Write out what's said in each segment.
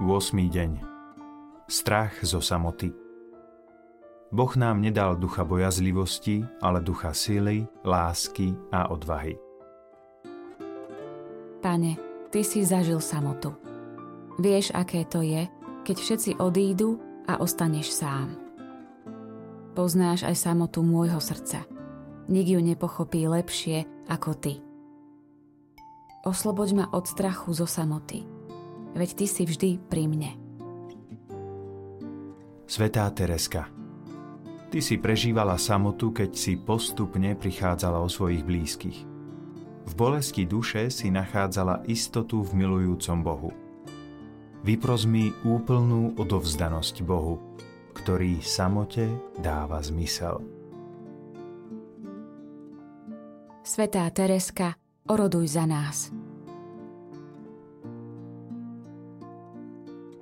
8. deň Strach zo samoty Boh nám nedal ducha bojazlivosti, ale ducha síly, lásky a odvahy. Pane, ty si zažil samotu. Vieš, aké to je, keď všetci odídu a ostaneš sám. Poznáš aj samotu môjho srdca. Nik ju nepochopí lepšie ako ty. Osloboď ma od strachu zo samoty, veď ty si vždy pri mne. Svetá Tereska Ty si prežívala samotu, keď si postupne prichádzala o svojich blízkych. V bolesti duše si nachádzala istotu v milujúcom Bohu. Vypros mi úplnú odovzdanosť Bohu, ktorý samote dáva zmysel. Svetá Tereska, oroduj za nás.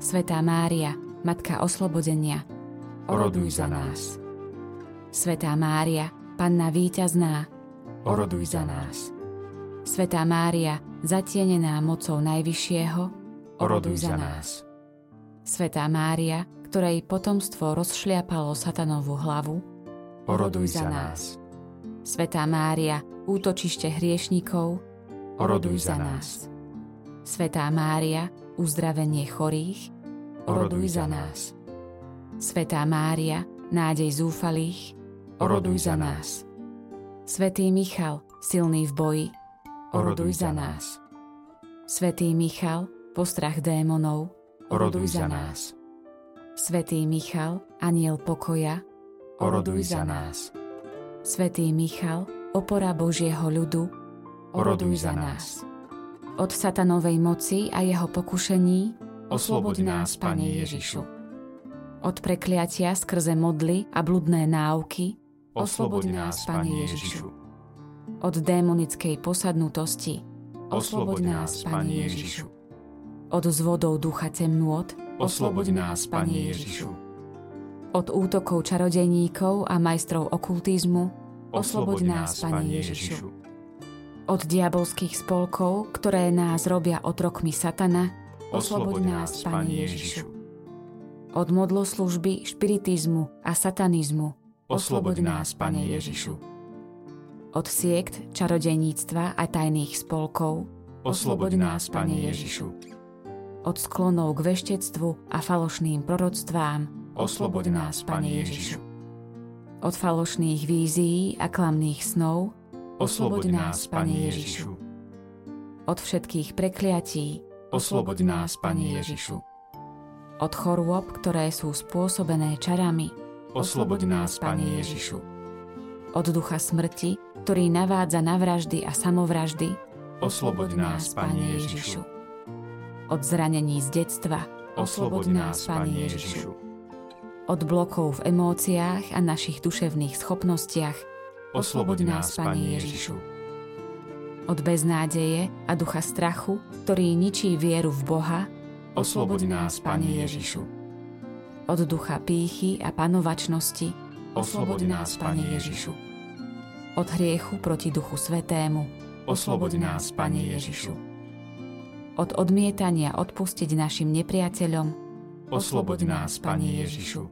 Svetá Mária, Matka oslobodenia, Oroduj za nás. Svetá Mária, Panna víťazná, Oroduj za nás. Svetá Mária, zatienená mocou Najvyššieho, Oroduj za nás. Svetá Mária, ktorej potomstvo rozšliapalo satanovú hlavu, Oroduj za nás. Svetá Mária, útočište hriešnikov, Oroduj za nás. Svetá Mária, uzdravenie chorých, Oroduj za nás. Svetá Mária, nádej zúfalých, Oroduj za nás. Svetý Michal, silný v boji, Oroduj za nás. Svetý Michal, postrach démonov, Oroduj za nás. Svetý Michal, aniel pokoja, Oroduj za nás. Svetý Michal, opora Božieho ľudu, Oroduj za nás. Od satanovej moci a jeho pokušení, Osloboď nás, Pane Ježišu. Od prekliatia skrze modly a bludné náuky, Osloboď nás, Pane Ježišu. Od démonickej posadnutosti, Osloboď nás, Pane Ježišu. Od zvodov ducha temnôt, Osloboď nás, Pane Ježišu. od útokov čarodeníkov a majstrov okultizmu, Osloboď nás, Pane Ježišu. od diabolských spolkov, ktoré nás robia otrokmi satana, Osloboď nás, Pane Ježišu. od modloslužby, špiritizmu a satanizmu, Osloboď nás, Pane Ježišu. od siekt, čarodeníctva a tajných spolkov, Osloboď nás, Pane Ježišu. od sklonov k veštectvu a falošným proroctvám, Osloboď nás, Pane Ježišu. od falošných vízií a klamných snov, Osloboď nás, Pane Ježišu. od všetkých prekliatí, Osloboď nás, Pane Ježišu. od chorôb, ktoré sú spôsobené čarami, Osloboď nás, Pane Ježišu. od ducha smrti, ktorý navádza na vraždy a samovraždy, Osloboď nás, Pane Ježišu. od zranení z detstva, Osloboď nás, Pane Ježišu. od blokov v emóciách a našich duševných schopnostiach, Osloboď nás, Pane Ježišu. od beznádeje a ducha strachu, ktorý ničí vieru v Boha, Osloboď nás, Pane Ježišu. od ducha pýchy a panovačnosti, Osloboď nás, Pane Ježišu. od hriechu proti duchu svetému, Osloboď nás, Pane Ježišu. od odmietania odpustiť našim nepriateľom, Osloboď nás, Pane Ježišu.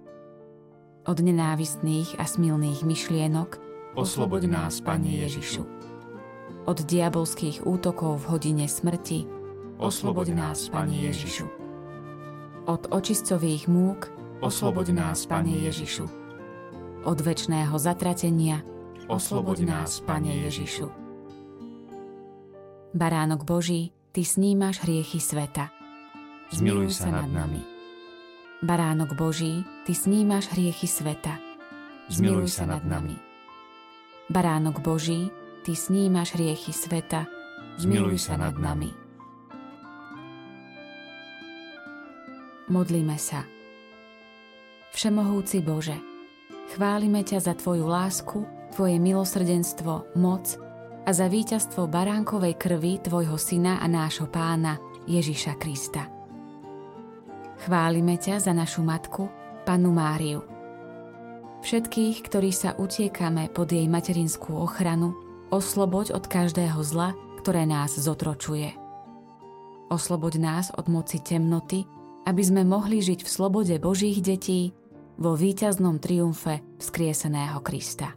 od nenávistných a smilných myšlienok, Osloboď nás, Pane Ježišu. od diabolských útokov v hodine smrti, Osloboď nás, Pane Ježišu. od očistcových múk, Osloboď nás, Pane Ježišu. od väčšného zatratenia, Osloboď nás, Pane Ježišu. Baránok Boží, Ty snímaš hriechy sveta. Zmiluj sa nad nami. Baránok Boží, Ty snímaš hriechy sveta. Zmiluj sa nad nami. Baránok Boží, Ty snímaš hriechy sveta. Zmiluj sa nad nami. Modlíme sa. Všemohúci Bože, chválime ťa za Tvoju lásku, Tvoje milosrdenstvo, moc a za víťazstvo baránkovej krvi Tvojho Syna a nášho Pána Ježiša Krista. Chválime ťa za našu matku, Panu Máriu. Všetkých, ktorí sa utiekame pod jej materinskú ochranu, osloboď od každého zla, ktoré nás zotročuje. Osloboď nás od moci temnoty, aby sme mohli žiť v slobode Božích detí vo víťaznom triumfe vzkrieseného Krista.